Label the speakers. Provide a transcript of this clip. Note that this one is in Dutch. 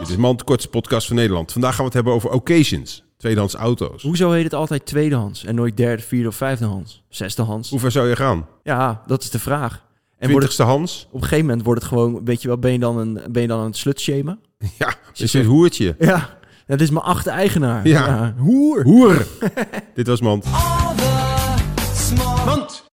Speaker 1: Dit is Man, de kortste podcast van Nederland. Vandaag gaan we het hebben over occasions. Tweedehands auto's.
Speaker 2: Hoezo heet het altijd tweedehands en nooit derde, vierde of vijfdehands? Zesdehands?
Speaker 1: Hoe ver zou je gaan?
Speaker 2: Ja, dat is de vraag. En wordt het,
Speaker 1: Twintigste Hans?
Speaker 2: op een gegeven moment wordt het gewoon, weet je wel, ben je dan een, ben je dan een slutshamer?
Speaker 1: Ja, dit is een hoertje.
Speaker 2: Ja, dat is mijn achte eigenaar.
Speaker 1: Ja.
Speaker 2: Hoer.
Speaker 1: Hoer! Dit was Mand.
Speaker 3: All